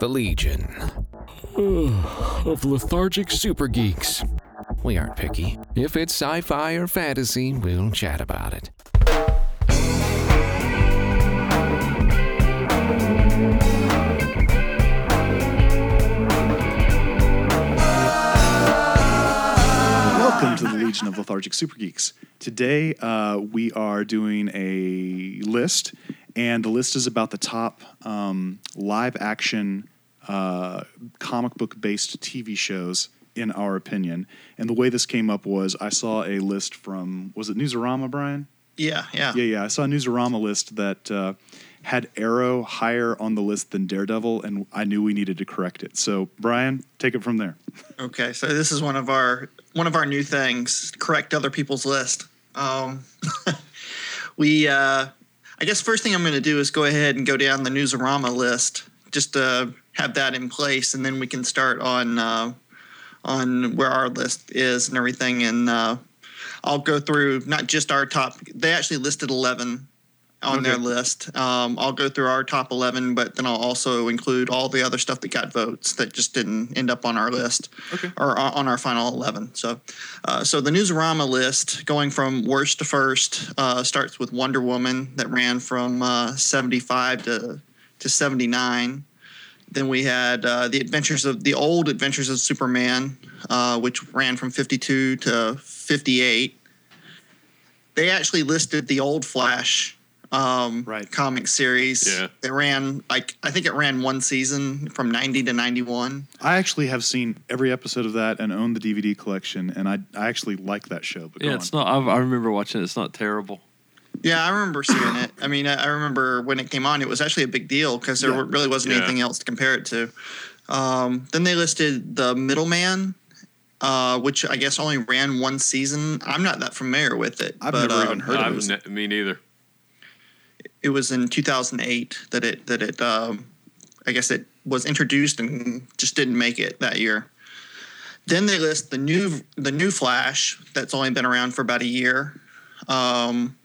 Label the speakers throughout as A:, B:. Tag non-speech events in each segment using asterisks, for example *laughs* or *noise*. A: the Legion of lethargic super geeks. We aren't picky. If it's sci fi or fantasy, we'll chat about it.
B: Welcome to the Legion of Lethargic Super Geeks. Today uh, we are doing a list, and the list is about the top um, live action uh, comic book based TV shows, in our opinion. And the way this came up was I saw a list from, was it Newsarama, Brian?
C: Yeah, yeah.
B: Yeah, yeah. I saw a Newsarama list that uh, had Arrow higher on the list than Daredevil, and I knew we needed to correct it. So, Brian, take it from there.
C: Okay, so this is one of our one of our new things. Correct other people's list. Um, *laughs* we, uh, I guess, first thing I'm going to do is go ahead and go down the Newsarama list, just to have that in place, and then we can start on uh, on where our list is and everything. And uh, I'll go through not just our top. They actually listed 11 on their list. Um, I'll go through our top 11, but then I'll also include all the other stuff that got votes that just didn't end up on our list or o- on our final 11. So, uh, so the Newsarama list going from worst to first uh, starts with Wonder Woman that ran from uh, 75 to to 79. Then we had uh, the Adventures of the Old Adventures of Superman, uh, which ran from 52 to 58. They actually listed the old Flash um,
B: Right.
C: comic series.
D: Yeah.
C: They ran like I think it ran one season from 90 to 91.
B: I actually have seen every episode of that and own the DVD collection, and I, I actually like that show. But go
D: Yeah,
B: on.
D: it's not. I, I remember watching. it. It's not terrible.
C: Yeah, I remember seeing it. I mean, I I remember when it came on, it was actually a big deal because there
B: Yeah.
C: were- really wasn't
D: Yeah.
C: anything else to compare it to. Um, then they listed The Middleman, uh, which I guess only ran one season. I'm not that familiar with it.
B: I've
C: but,
B: never
C: uh,
B: even heard of
D: I've
B: it.
D: ne- me neither.
C: It was in 2008 that it that it um, I guess it was introduced and just didn't make it that year. Then they list the new the new Flash that's only been around for about a year. Um,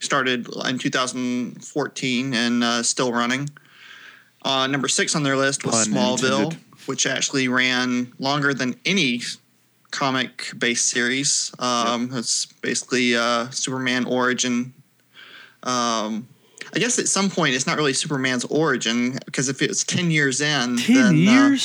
C: started in 2014 and uh, still running. Uh, number six on their list was
B: Pun
C: Smallville,
B: intended.
C: which actually ran longer than any comic based series. Um, It's basically uh, Superman origin. Um, I guess at some point it's not really Superman's origin because if it's ten years in, then, uh,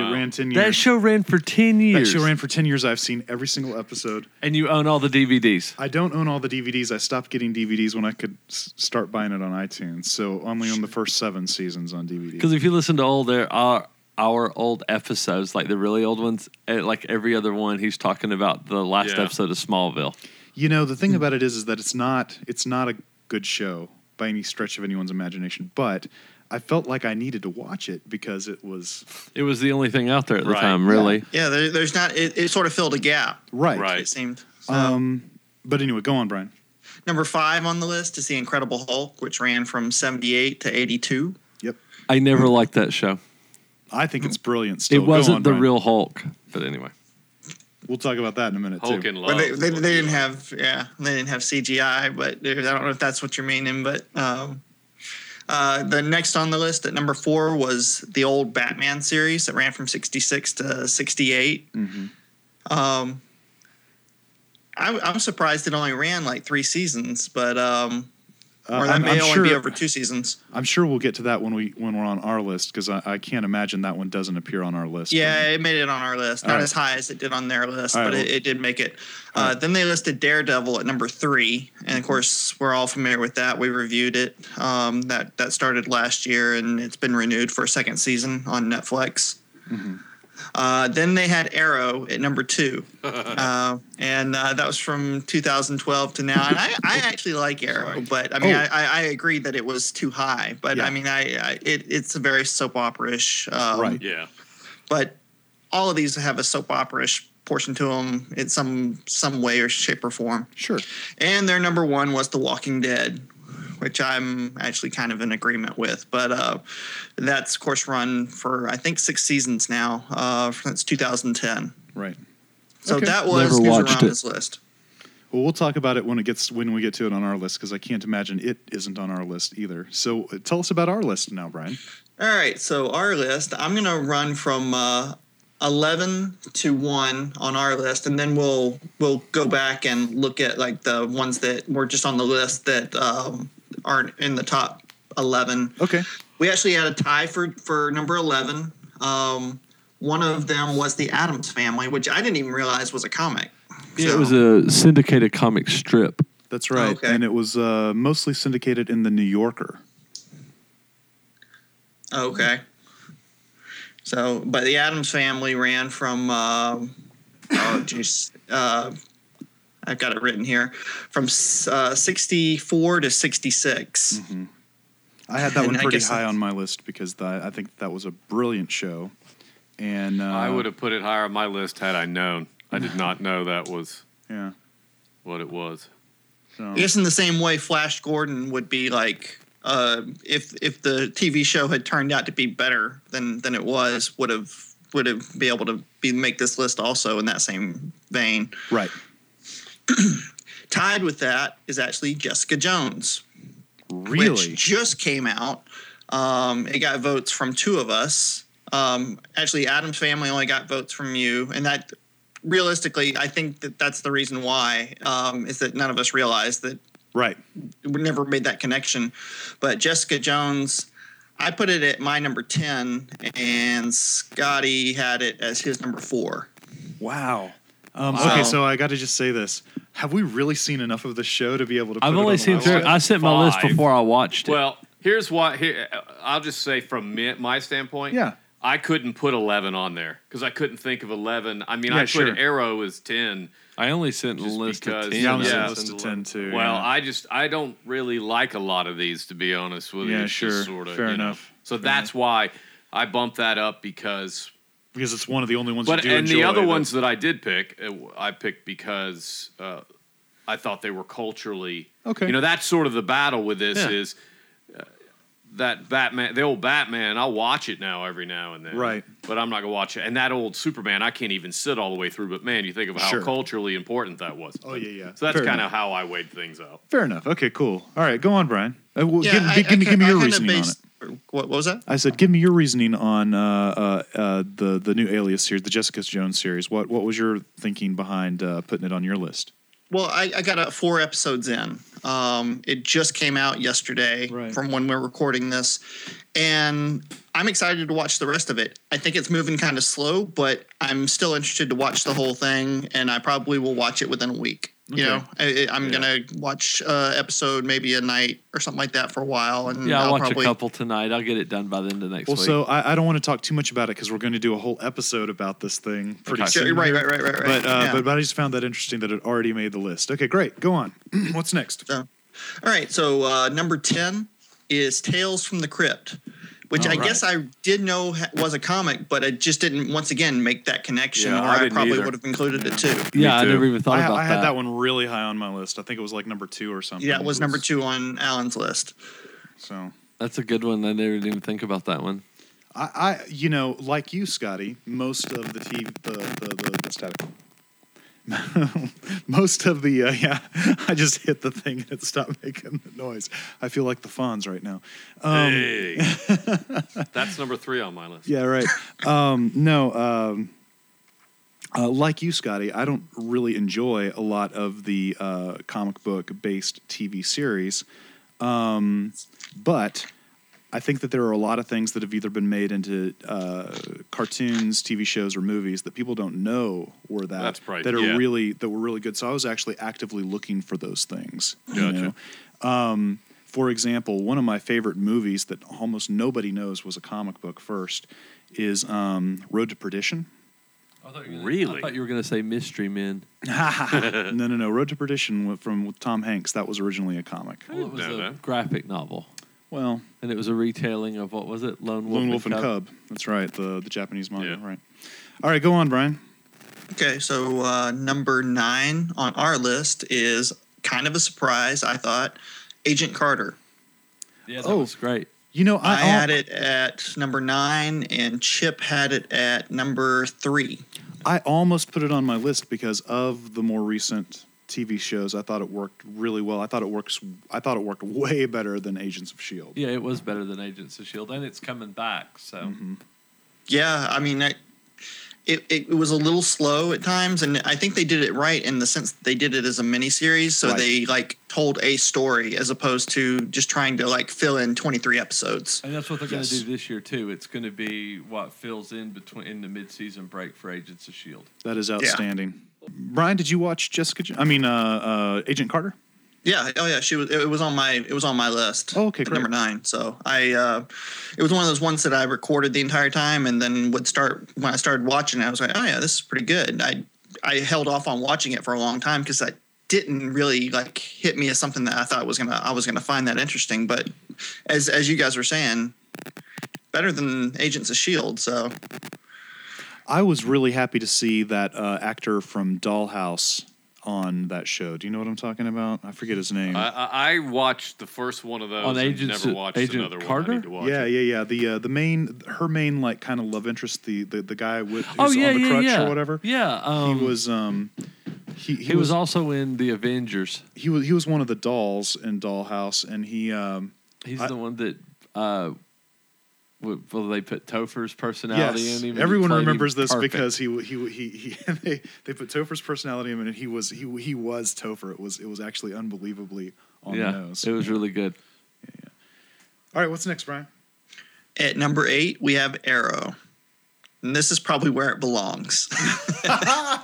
B: It ran ten years.
E: That show ran for ten
B: That
E: years.
B: show ran for ten years. I've seen every single episode.
E: and you own all the DVDs.
B: I don't own all the DVDs. I stopped getting DVDs when I could s- start buying it on iTunes. So only on the first seven seasons on DVD.
E: Because if you listen to all their our, our old episodes, like the really old ones, eh, like every other one, he's talking about the last
D: Yeah.
E: episode of Smallville.
B: You know the thing
E: Hmm.
B: about it is, is that it's not it's not a good show by any stretch of anyone's imagination. But I felt like I needed to watch it because it was
E: It was the only thing out there at the
D: Right.
E: time, really.
C: yeah, there, there's not. It, it sort of filled a gap.
B: right.
D: Right.
C: It seemed. So,
B: Um. But anyway, go on, Brian.
C: number five on the list is the Incredible Hulk, which ran from seventy-eight to eighty-two.
B: Yep.
E: I never liked that show.
B: I think it's brilliant. Still,
E: Hmm. it
B: Go
E: wasn't
B: on,
E: the
B: Brian.
E: real Hulk, but anyway.
B: We'll talk about that in a minute
D: Hulk
B: too.
D: and Love.
C: Well, they, they, they didn't have yeah they didn't have CGI, but I don't know if that's what you're meaning. But um, uh, the next on the list at number four was the old Batman series that ran from '66 to '68.
B: Mm-hmm.
C: Um, I, I'm surprised it only ran like three seasons, but um,
B: Uh,
C: or that
B: I'm-
C: may
B: I'm
C: only
B: sure-
C: be over two seasons.
B: I'm sure we'll get to that when we when we're on our list because I, I can't imagine that one doesn't appear on our list.
C: Yeah, it made it on our list. Not
B: All right.
C: as high as it did on their list,
B: All right,
C: but it,
B: well-
C: it did make it. Uh, Then they listed Daredevil at number three, and of
B: Mm-hmm.
C: course we're all familiar with that. We reviewed it. Um, that that started last year, and it's been renewed for a second season on Netflix.
B: Mm-hmm.
C: Uh, then they had Arrow at number
B: *laughs*
C: two, uh, and uh, that was from 2012 to now. And I, I actually like Arrow, but I mean,
B: Oh.
C: I I, I agree that it was too high. But
B: Yeah.
C: I mean, I, I it, it's a very soap opera-ish. Um,
B: Right.
D: yeah.
C: but all of these have a soap opera-ish portion to them in some some way or shape or form.
B: sure.
C: And their number one was The Walking Dead, which I'm actually kind of in agreement with. But uh, that's of course run for I think six seasons now uh, since 2010.
B: Right.
C: So
B: Okay.
C: that was
E: Never watched
C: Newsarama's list.
B: Well, we'll talk about it when it gets when we get to it on our list because I can't imagine it isn't on our list either. So uh, tell us about our list now, Brian.
C: All right, so our list, I'm going to run from uh, 11 to 1 on our list and then we'll we'll go back and look at like the ones that were just on the list that um, aren't in the top 11.
B: Okay.
C: We actually had a tie for for number 11. Um, one of them was the Adams Family, which I didn't even realize was a comic.
E: Yeah, it was a syndicated comic strip.
B: That's right.
C: Okay.
B: And it was uh, mostly syndicated in the New Yorker.
C: Okay. So, but the Adams family ran from, um oh, geez, uh, I've got it written here, from s- uh, 64 to 66.
B: I had that
C: *laughs* And
B: one
C: I
B: pretty
C: guess
B: high
C: that's-
B: on my list because th- I think that was a brilliant show. And uh,
F: I would have put it higher on my list had I known. I did not know that was
B: Yeah.
F: what it was.
B: So,
C: I guess in the same way, Flash Gordon would be like, uh, if if the TV show had turned out to be better than than it was, would have would have be able to be make this list also in that same vein.
B: Right.
C: Tied with that is actually Jessica Jones.
B: Really?
C: which just came out. Um, it got votes from two of us. Um, actually, Adam's family only got votes from you, and that realistically, I think that that's the reason why um, is that none of us realized that
B: Right.
C: we never made that connection. But Jessica Jones, I put it at my number ten, and Scotty had it as his number four.
B: Wow. Um,
C: Wow.
B: Okay, so I got to just say this: Have we really seen enough of the show to be able to? Put
E: I've
B: it
E: only
B: on
E: seen
B: my
E: through.
B: list?
E: I sent my list
F: Five.
E: before I watched it.
F: Well, here's why. Here, uh, I'll just say from me, my standpoint.
B: Yeah.
F: I couldn't put eleven on there because I couldn't think of eleven. I mean,
B: Yeah,
F: I put
B: sure.
F: Arrow as ten.
E: I only sent a
F: Just
E: list of
F: because-
E: ten.
B: Yeah, I only
F: Yeah.
B: seen list of ten too.
F: Well,
B: yeah.
F: I just I don't really like a lot of these to be honest with you.
B: Yeah,
F: It's just
B: sure.
F: sorta,
B: Fair
F: you know.
B: enough.
F: So that's why I bumped that up because
B: because it's one of the only ones.
F: but
B: you do
F: and the
B: enjoy
F: other
B: that-
F: ones that I did pick, uh, I picked because uh, I thought they were culturally.
B: Okay.
F: You know, that's sort of the battle with this
E: Yeah.
F: is uh, that Batman, the old Batman. I'll watch it now every now and then,
B: Right.
F: But I'm not gonna watch it. And that old Superman, I can't even sit all the way through. But man, you think of how
B: Sure.
F: culturally important that was.
B: Oh, yeah, yeah.
F: So that's
B: Fair
F: kind of
B: enough.
F: how I weighed things out.
B: Fair enough. Okay, cool. All right, go on, Brian. Uh, well, give,
C: I-
B: give, me,
C: I
B: give me
C: kin- I
B: your
C: kinda
B: reasoning on it.
C: based- What, what was that?
B: I said, give me your reasoning on uh, uh, uh, the the new Alias series, the Jessica Jones series. What what was your thinking behind uh, putting it on your list?
C: Well, I, I got uh, four episodes in. Um, it just came out yesterday
B: Right.
C: from when we're recording this, and I'm excited to watch the rest of it. I think it's moving kind of slow, but I'm still interested to watch the whole thing, and I probably will watch it within a week. You know, I, I- I'm gonna watch uh, episode maybe a night or something like that for a while, and
E: yeah, I'll,
C: I'll
E: watch
C: probably
E: a couple tonight. I'll get it done by the end of next
B: Well,
E: week.
B: so I, I don't want to talk too much about it because we're going to do a whole episode about this thing pretty
E: Okay.
C: Sure,
B: soon.
C: right, right, right, right, right.
B: But, uh,
C: Yeah.
B: but but I just found that interesting that it already made the list. Okay, great. Go on. *clears throat* What's next?
C: All right, so uh, number 10 is Tales from the Crypt, which
B: All
C: I
B: right.
C: guess I did know ha- was a comic, but I just didn't, once again, make that connection,
F: Yeah,
C: or
F: I
C: I,
F: didn't
C: probably
F: either.
C: would have included it too.
E: yeah, I
F: too.
E: never even thought
B: I,
E: about
B: I had that. one really high on my list. I think it was like number two or something.
C: Yeah, it was number two on Alan's list.
B: So
E: That's a good one. I never didn't even think about that one.
B: I, I you know, like you, Scotty, most of the TV, the the, the that's static. *laughs* most of the uh, *laughs* yeah, I just hit the thing and it stopped making the noise. I feel like the Fonz right now. Um, *laughs*
F: hey, that's number three on my list.
B: Yeah, right. um, no, um, uh, like you, Scotty, I don't really enjoy a lot of the uh, comic book based TV series, um, but I think that there are a lot of things that have either been made into uh, cartoons, TV shows, or movies that people don't know were that
F: That's right,
B: that are
F: yeah.
B: really that were really good. So I was actually actively looking for those things. You
F: Gotcha.
B: know? Um, for example, one of my favorite movies that almost nobody knows was a comic book first is um, Road to Perdition. *laughs*
E: I
F: Really?
E: thought you were going to say Mystery Men.
B: no, no, no. Road to Perdition wa- from with Tom Hanks. That was originally a comic.
E: Well, it was
F: know
E: a
F: that.
E: graphic novel,
B: Well,
E: and it was a retelling of what was it? Lone Wolf,
B: Lone Wolf and
E: Cub.
B: Cub. That's right. The the Japanese manga.
F: Yeah.
B: Right. All right, go on, Brian.
C: Okay, so uh, number nine on our list is kind of a surprise, I thought Agent Carter.
E: Yeah, that
B: Oh.
E: was great.
B: You know, I,
C: I had it at number nine, and Chip had it at number three.
B: I almost put it on my list because of the more recent TV shows. I thought it worked really well. I thought it works. I thought it worked way better than Agents of Shield.
E: Yeah, it was better than Agents of Shield, E and it's coming back. So
C: Yeah, I mean, I, it, it was a little slow at times, and I think they did it right in the sense that they did it as a miniseries, so
B: Right.
C: they like told a story as opposed to just trying to like fill in twenty three episodes.
E: and that's what they're
B: Yes.
E: going to do this year too. It's going to be what fills in between in the mid-season break for Agents of Shield.
B: That is outstanding. Brian, did you watch Jessica? Jo- I mean, uh, uh, Agent Carter.
C: Yeah, oh yeah, she was. It was on my it was on my list.
B: Oh, okay,
C: at
B: great.
C: number nine. So I, uh, it was one of those ones that I recorded the entire time, and then would start when I started watching. it, I was like, oh yeah, this is pretty good. I I held off on watching it for a long time because I didn't really like hit me as something that I thought was gonna I was gonna find that interesting. But as as you guys were saying, better than Agents of Shield. E So
B: I was really happy to see that uh, actor from Dollhouse on that show. Do you know what I'm talking about? I forget his name.
F: I, I, I watched the first one of those.
E: On
F: and
E: Agents-
F: never watched
E: Agent
F: another
E: Carter?
F: one. I need to watch
B: yeah,
F: it.
B: yeah, yeah. The uh, the main her main like kind of love interest, the the, the guy with who's on the crutch or whatever.
E: Oh, Yeah, um,
B: he was um he he,
E: He, was,
B: was,
E: also in the Avengers.
B: he was he was one of the dolls in Dollhouse, and he um
E: He's
B: I-
E: the one that. Uh, w- well, they put Topher's personality
B: yes,
E: in him. and he
B: everyone
E: played him
B: remembers this
E: perfect.
B: because he he he, he *laughs* they, they put Topher's personality in, it, and he was he he was Topher. It was it was actually unbelievably on
E: yeah,
B: the nose.
E: it was really good.
B: All right, what's next, Brian?
C: at number eight we have Arrow, and this is probably where it belongs.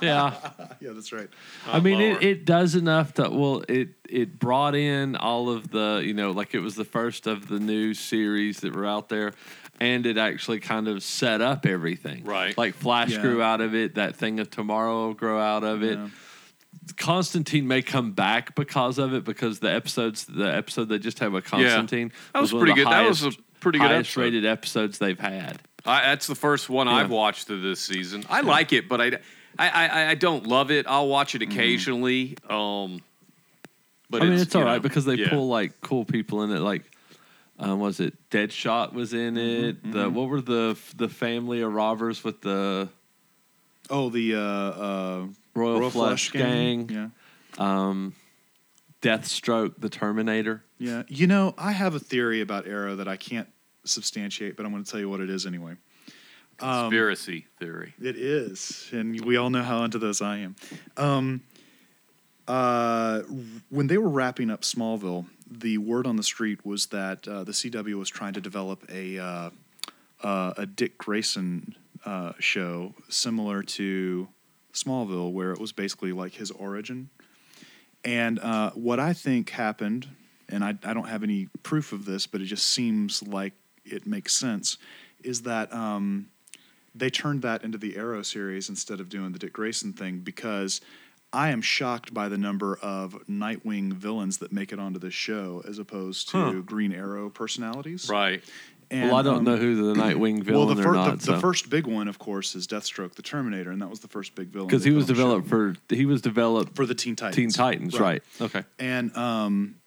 E: Yeah,
B: Yeah, that's right.
E: I mean,
F: lower.
E: it, it does enough to well, it it brought in all of the you know like it was the first of the new series that were out there, and it actually kind of set up everything.
F: Right.
E: like Flash
B: Yeah.
E: grew out of it. That thing of tomorrow will grow out of it.
B: Yeah.
E: Constantine may come back because of it because the episodes the episode they just have a Constantine
F: That was
E: one
F: pretty
E: of the
F: good. That was
E: highest-
F: a pretty good
E: highest
F: episode.
E: rated episodes they've had.
F: I, that's the first one I've
E: Yeah.
F: watched of this season. I like it, but I, I, I, I don't love it. I'll watch it occasionally. Um,
E: Mm-hmm.
F: but
E: I mean,
F: it's,
E: it's, all
F: you
E: right
F: know,
E: because they
F: yeah.
E: pull like cool people in it. Like, um, was it Deadshot was in
B: Mm-hmm,
E: it? The what were the the family of robbers with the
B: Oh, the uh, uh,
E: Royal,
B: Royal
E: Flush, Gang?
B: Yeah.
E: Deathstroke, the Terminator.
B: Yeah. You know, I have a theory about Arrow that I can't substantiate, but I'm going to tell you what it is anyway.
E: um,
F: conspiracy theory.
B: It is, and we all know how into this I am. Um, uh, when they were wrapping up Smallville, the word on the street was that uh, the CW was trying to develop a uh, uh, a Dick Grayson uh, show similar to Smallville, where it was basically like his origin. And uh, what I think happened, and I, I don't have any proof of this, but it just seems like it makes sense, is that. Um, they turned that into the Arrow series instead of doing the Dick Grayson thing because I am shocked by the number of Nightwing villains that make it onto this show as opposed to Green Arrow personalities.
F: Right.
B: And,
E: well, I don't
B: um,
E: know who
B: *coughs*
E: the Nightwing
B: Well,
E: villain
B: the,
E: or
B: fir- the-
E: not.
B: the, first big one, of course, is Deathstroke, the Terminator, and that was the first big villain
E: because
B: they
E: he
B: put
E: was
B: on the show.
E: developed for he was developed
B: for the Teen Titans.
E: Teen Titans, right? Okay.
B: And um,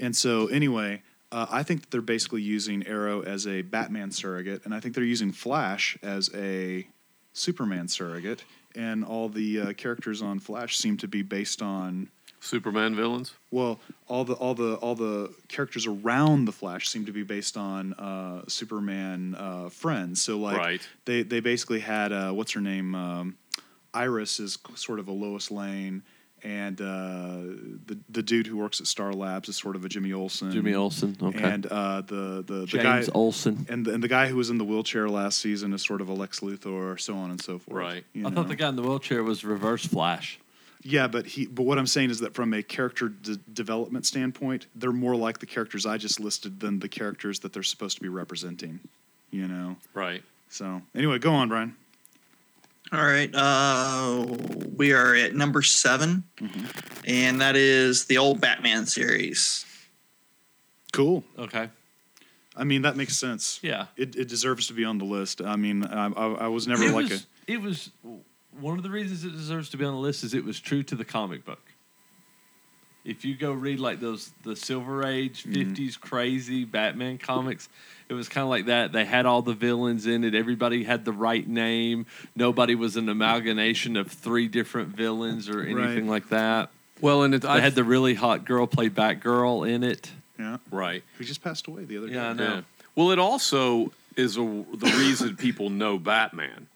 B: and so anyway, uh, I think that they're basically using Arrow as a Batman surrogate, and I think they're using Flash as a Superman surrogate, and all the uh, characters on Flash seem to be based on.
F: Superman villains.
B: Well, all the all the all the characters around the Flash seem to be based on uh, Superman uh, friends. So like
F: Right.
B: they they basically had uh, what's her name um, Iris is sort of a Lois Lane, and uh, the the dude who works at Star Labs is sort of a Jimmy Olsen.
E: Jimmy Olsen. Okay.
B: Mm-hmm. And uh, the the, the guy
E: James Olsen.
B: and the, and the guy who was in the wheelchair last season is sort of a Lex Luthor, so on and so forth.
F: Right.
B: you
E: I thought
B: know?
E: the guy in the wheelchair was Reverse Flash.
B: Yeah, but he. But what I'm saying is that from a character d- development standpoint, they're more like the characters I just listed than the characters that they're supposed to be representing. You know.
F: Right.
B: So anyway, go on, Brian.
C: All right. Uh, we are at number 7 and that is the old Batman series.
B: Cool.
E: Okay.
B: I mean, that makes sense.
E: Yeah.
B: It, it deserves to be on the list. I mean, I, I, I was never
E: it
B: like
E: was, it was one of the reasons it deserves to be on the list is it was true to the comic book. If you go read like those the Silver Age
B: Mm-hmm.
E: 50s crazy Batman comics, it was kind of like that. They had all the villains in it. Everybody had the right name. Nobody was an amalgamation of three different villains or
B: Right.
E: anything like that.
F: Well, and it's,
E: They
F: I
E: had the really hot girl play Batgirl in it.
B: Yeah,
F: right.
B: who just passed away the other
E: Yeah, I
B: day.
E: know.
F: Yeah. Well, it also is a, the
B: *laughs*
F: reason people know Batman.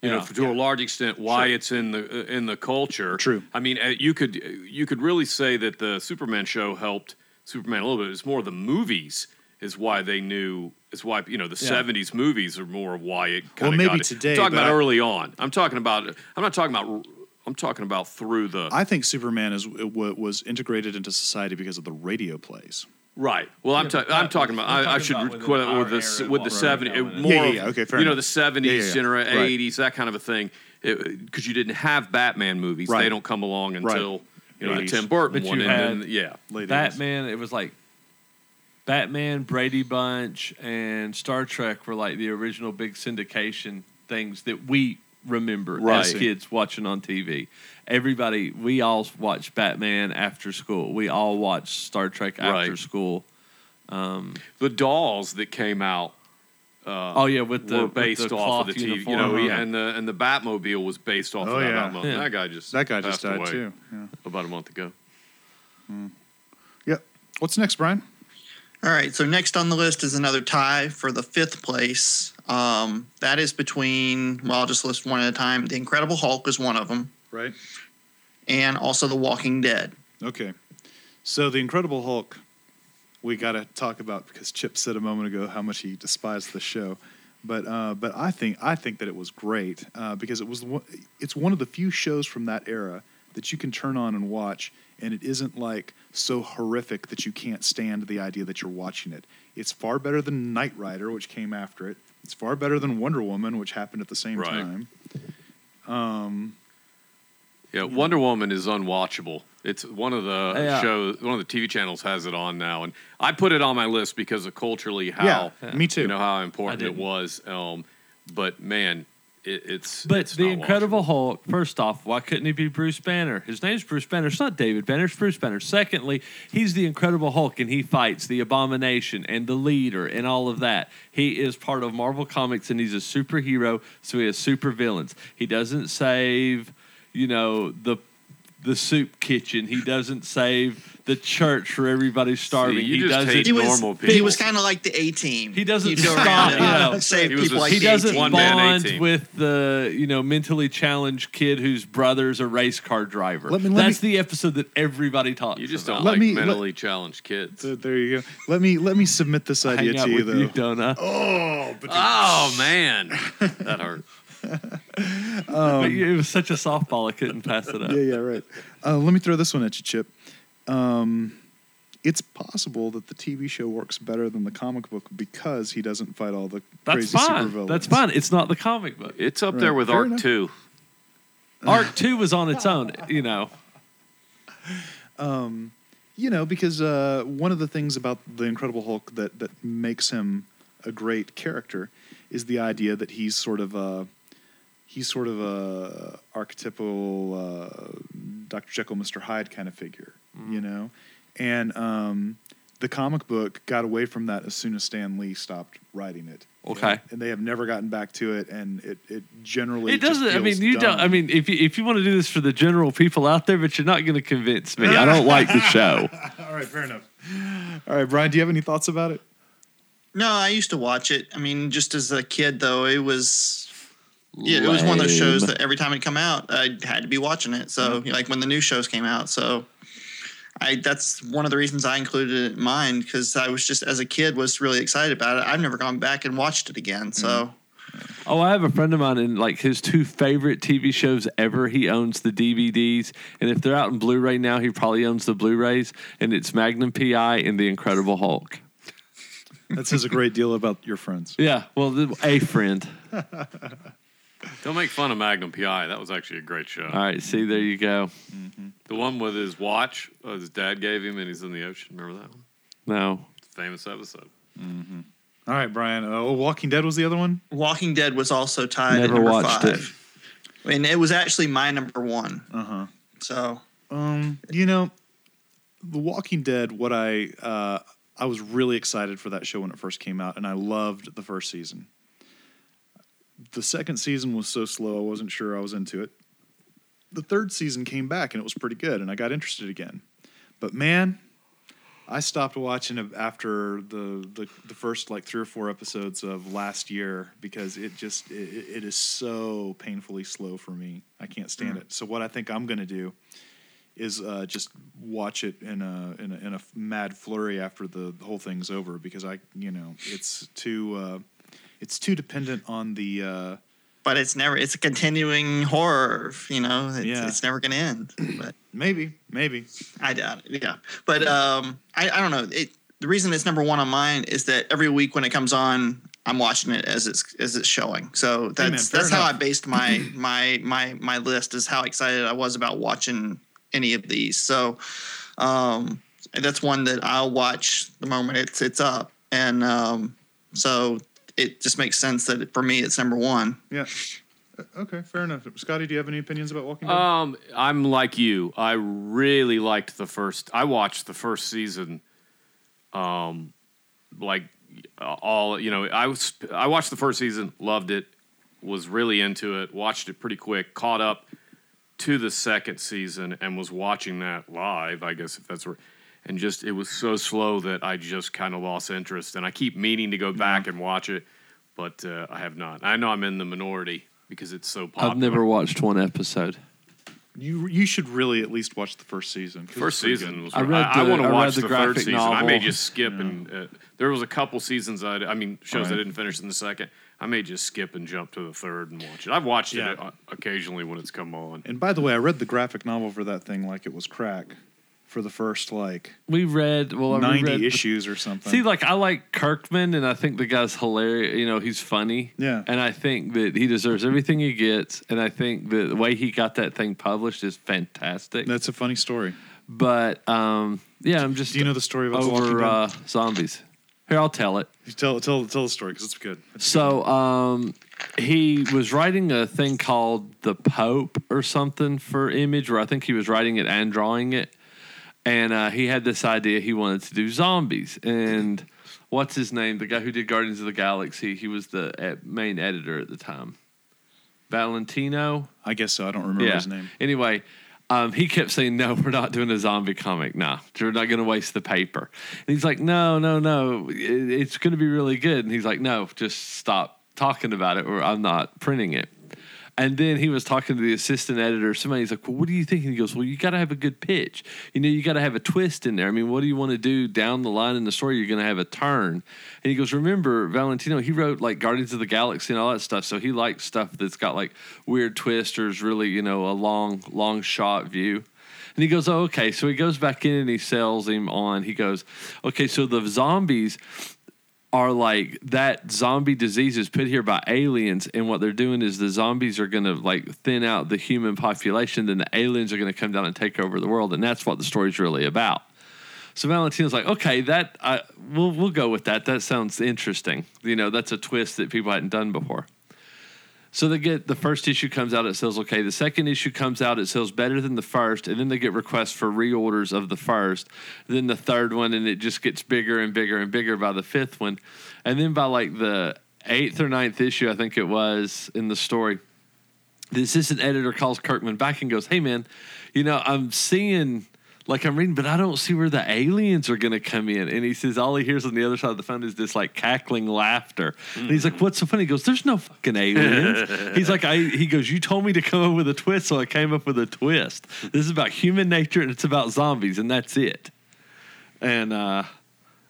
F: You know,
E: Yeah.
F: to a large extent, why it's in the uh, in the culture.
B: True.
F: I mean, uh, you could you could really say that the Superman show helped Superman a little bit. It's more the movies is why they knew. Is why you know the
E: Yeah.
F: '70s movies are more of why it kind of
B: maybe
F: got it.
B: today,
F: I'm talking
B: but
F: about
B: I-
F: early on. I'm talking about. I'm not talking about. I'm talking about through the.
B: I think Superman is w- was integrated into society because of the radio plays.
F: Right. Well, I'm,
E: Yeah,
F: ta-
E: but
F: I'm
E: that
F: talking
E: was-
F: about.
E: we're
F: I, I
E: talking
F: should
E: about
F: re-
E: within
F: quote
E: our
F: it with the s-
E: era
F: with the
E: and
F: seventy
E: what's
F: it-
E: going on.
F: more.
B: Yeah, yeah,
F: of-
B: yeah, okay, fair
F: You know
B: enough.
F: the seventies,
B: Yeah, yeah, yeah.
F: genera
B: Right.
F: eighties, that kind of a thing, because you didn't have Batman movies.
B: Right.
F: They don't come along
B: Right.
F: until you know the
B: 80s.
F: Tim Burton
E: But
F: one.
E: you
F: and
E: had-
F: then, yeah.
B: Ladies.
E: Batman, it was like Batman, Brady Bunch, and Star Trek were like the original big syndication things that we remember as
B: Right.
E: kids watching on TV. Everybody, we all watched Batman after school. We all watched Star Trek after
F: Right.
E: school. Um,
F: The dolls that came out uh,
E: oh yeah, with the
F: were
E: with the
F: based off
E: cloth
F: of the TV. You
E: uniform.
F: know,
B: yeah.
F: and the and the Batmobile was based off
B: Oh,
F: of that.
B: yeah.
F: Batmobile.
E: Yeah.
F: That guy just
B: That guy just
F: passed
B: died
F: away
B: too. Yeah.
F: about a month ago.
B: Yep. What's next, Brian?
C: All right, so next on the list is another tie for the fifth place. Um, that is between, well, I'll just list one at a time. The Incredible Hulk is one of them,
B: Right.
C: and also The Walking Dead.
B: Okay. So the Incredible Hulk, we got to talk about because Chip said a moment ago how much he despised the show, but uh, but I think I think that it was great uh, because it was the one, it's one of the few shows from that era that you can turn on and watch, and it isn't like so horrific that you can't stand the idea that you're watching it. It's far better than Knight Rider, which came after it. It's far better than Wonder Woman, which happened at the same
F: Right.
B: time.
F: Yeah, Wonder Woman is unwatchable. It's one of the
E: Yeah.
F: shows, one of the TV channels has it on now, and I put it on my list because of culturally
B: Yeah,
F: how
B: me too.
F: you know how
E: I
F: important it
E: didn't.
F: was. Um, but man, it, it's
E: But
F: it's
E: the
F: not
E: Incredible Hulk, first off, why couldn't he be Bruce Banner? His name's Bruce Banner. It's not David Banner. It's Bruce Banner. Secondly, he's the Incredible Hulk, and he fights the Abomination and the Leader and all of that. He is part of Marvel Comics, and he's a superhero, so he has super villains. He doesn't save, you know, the the soup kitchen. He doesn't save the church where everybody's starving.
F: you
E: he
F: just
E: doesn't.
F: hate
C: He was,
F: Normal
C: he
F: people.
C: was kind of like the A Team.
E: He doesn't
C: He'd go
E: stop,
C: around and,
E: you
C: uh,
E: know.
C: save
F: He was
C: people
F: a-
C: like
E: he
C: the
E: doesn't
C: A-Team.
F: One man, eight
E: bond
F: team.
E: with the you know mentally challenged kid whose brother's a race car driver.
B: Let me- let
E: That's the episode that everybody talks.
F: You just
E: about.
F: don't
B: Let
F: like
B: me- let-
F: mentally challenged kids.
B: So there you go. Let me let me submit this
E: I
B: idea
E: hang out
B: to you
E: with
B: though.
E: you, don't I?
B: Oh, but
F: oh man, that hurt.
E: but you- it was such a softball, I couldn't pass it up.
B: um, yeah, yeah, right. Uh, let me throw this one at you, Chip. Um, it's possible that the TV show works better than the comic book because he doesn't fight all the
E: That's
B: crazy
E: fine.
B: supervillains.
E: That's fine. It's not the comic book.
F: It's up
B: Right.
F: there with
B: Fair
F: Arc
B: enough.
F: Two.
E: Arc two was on its own. You know,
B: You know, because uh, one of the things about the Incredible Hulk that that makes him a great character is the idea that he's sort of a he's sort of a archetypal uh, Dr. Jekyll, Mr. Hyde kind of figure.
E: Mm-hmm.
B: You know, and um, the comic book got away from that as soon as Stan Lee stopped writing it.
E: okay.
B: and they have never gotten back to it. And it, it generally
E: It
B: just
E: doesn't. I
B: feels
E: mean, you
B: dumb.
E: don't. I mean, if you if you want to do this for the general people out there, but you're not going to convince me. I don't like the show.
B: all right, fair enough. All right, Brian, do you have any thoughts about it?
C: No, I used to watch it. I mean, just as a kid, though, it was yeah, it was one of those shows
E: Lame. Mm-hmm.
C: that every time it come out, I had to be watching it. So, like when the new shows came out, so I that's one of the reasons I included it in mine because I was just as a kid was really excited about it. I've never gone back and watched it again. So,
E: Oh, I have a friend of mine, and like his two favorite TV shows ever, he owns the DVDs. And if they're out in Blu ray now, he probably owns the Blu rays. And it's Magnum PI and The Incredible Hulk.
B: That says a great deal about your friends.
E: Yeah, well, the, a friend.
F: Don't make fun of Magnum PI. That was actually a great show.
E: All right, see, there you go.
F: The one with his watch, uh, his dad gave him, and he's in the ocean. Remember that one?
E: No.
F: Famous episode.
B: All right, Brian. Oh, Walking Dead was the other one.
C: Walking Dead was also tied
E: Never
C: at number
E: watched
C: five, and it was actually my number one.
B: Uh
E: Uh-huh.
B: huh.
C: So,
B: Um, you know, The Walking Dead. What I uh, I was really excited for that show when it first came out, and I loved the first season. The second season was so slow, I wasn't sure I was into it. the third season came back and it was pretty good, and I got interested again. But man, I stopped watching it after the, the the first like three or four episodes of last year because it just it, it- it is so painfully slow for me. I can't stand it. So what I think I'm gonna do is uh, just watch it in a, in a in a mad flurry after the, the whole thing's over because I you know it's too uh, it's too dependent on the. Uh,
C: But it's never. It's a continuing horror. You know, it's,
B: Yeah.
C: it's never going to end. But
B: Maybe, maybe.
C: I doubt it. Yeah, but um, I, I don't know. It, the reason it's number one on mine is that every week when it comes on, I'm watching it as it's as it's showing. So that's
B: fair
C: that's how I
B: enough.
C: based my
B: *clears throat*
C: my my my list is how excited I was about watching any of these. So um, that's one that I'll watch the moment it's it's up, and um, so it just makes sense that for me it's number one.
B: Yeah. Uh, Okay, fair enough. Scotty, do you have any opinions about Walking Dead?
F: Um, I'm like you. I really liked the first. I watched the first season. Um, like uh, all you know, I was I watched the first season, loved it, was really into it, watched it pretty quick, caught up to the second season, and was watching that live. I guess if that's where. And just it was so slow that I just kind of lost interest, and I keep meaning to go
D: Mm-hmm.
F: back and watch it, but uh, I have not. I know I'm in the minority because it's so popular.
D: I've never watched one episode.
B: you you should really at least watch the first season. 'cause
F: First
B: it's pretty
F: season
B: good.
F: was.
D: I
F: I,
D: read
F: I
D: the-
F: want
D: I
F: to
D: read
F: watch
D: the
F: the, third
D: graphic
F: season. I
D: novel.
F: may just skip and uh, there was a couple seasons I I mean shows I
B: Alright.
F: didn't finish in the second. I may just skip and jump to the third and watch it. I've watched
B: Yeah.
F: it uh, occasionally when it's come on.
B: And by the way, I read the graphic novel for that thing like it was crack for the first like
E: We read well. I read
B: 90
E: the-
B: issues or something.
E: See, like I like Kirkman, and I think the guy's hilarious. You know, he's funny.
B: Yeah.
E: And I think that he deserves everything he gets, and I think that the way he got that thing published is fantastic.
B: That's a funny story.
E: but um, yeah, I'm just
B: Do you know the story about The Walking
E: over
B: Dead?
E: uh, zombies. Here, I'll tell it.
B: Tell tell tell the story because it's good.
E: So um, he was writing a thing called The Pope or something for Image, where I think he was writing it and drawing it. And uh, he had this idea he wanted to do zombies. And what's his name? The guy who did Guardians of the Galaxy, he was the uh, main editor at the time. Valentino?
B: I guess so. I don't remember his name.
E: Anyway, um, he kept saying, "No, we're not doing a zombie comic. Nah, you're not going to waste the paper." And he's like, "No, no, no. It, it's going to be really good." And he's like, "No, just stop talking about it, or I'm not printing it." And then he was talking to the assistant editor. Somebody, he's like, "Well, what do you think?" And he goes, "Well, you got to have a good pitch. You know, you got to have a twist in there. I mean, what do you want to do down the line in the story? You're going to have a turn." And he goes, "Remember, Valentino? He wrote like Guardians of the Galaxy and all that stuff, so he likes stuff that's got like weird twisters, really, you know, a long, long shot view." And he goes, oh, okay. So he goes back in and he sells him on. He goes, okay, so the zombies are like that zombie disease is put here by aliens and what they're doing is the zombies are going to like thin out the human population then the aliens are going to come down and take over the world and that's what the story's really about so valentino's like okay that I, we'll, we'll go with that that sounds interesting you know that's a twist that people hadn't done before so they get the first issue comes out, it sells okay. The second issue comes out, it sells better than the first, and then they get requests for reorders of the first, then the third one, and it just gets bigger and bigger and bigger by the fifth one, and then by like the eighth or ninth issue, I think it was in the story, the assistant editor calls Kirkman back and goes, "Hey man, you know I'm seeing." Like I'm reading, but I don't see where the aliens are gonna come in. And he says all he hears on the other side of the phone is this like cackling laughter. And he's like, "What's so funny?" He goes, "There's no fucking aliens." he's like, "I." He goes, "You told me to come up with a twist, so I came up with a twist. This is about human nature and it's about zombies, and that's it." And uh,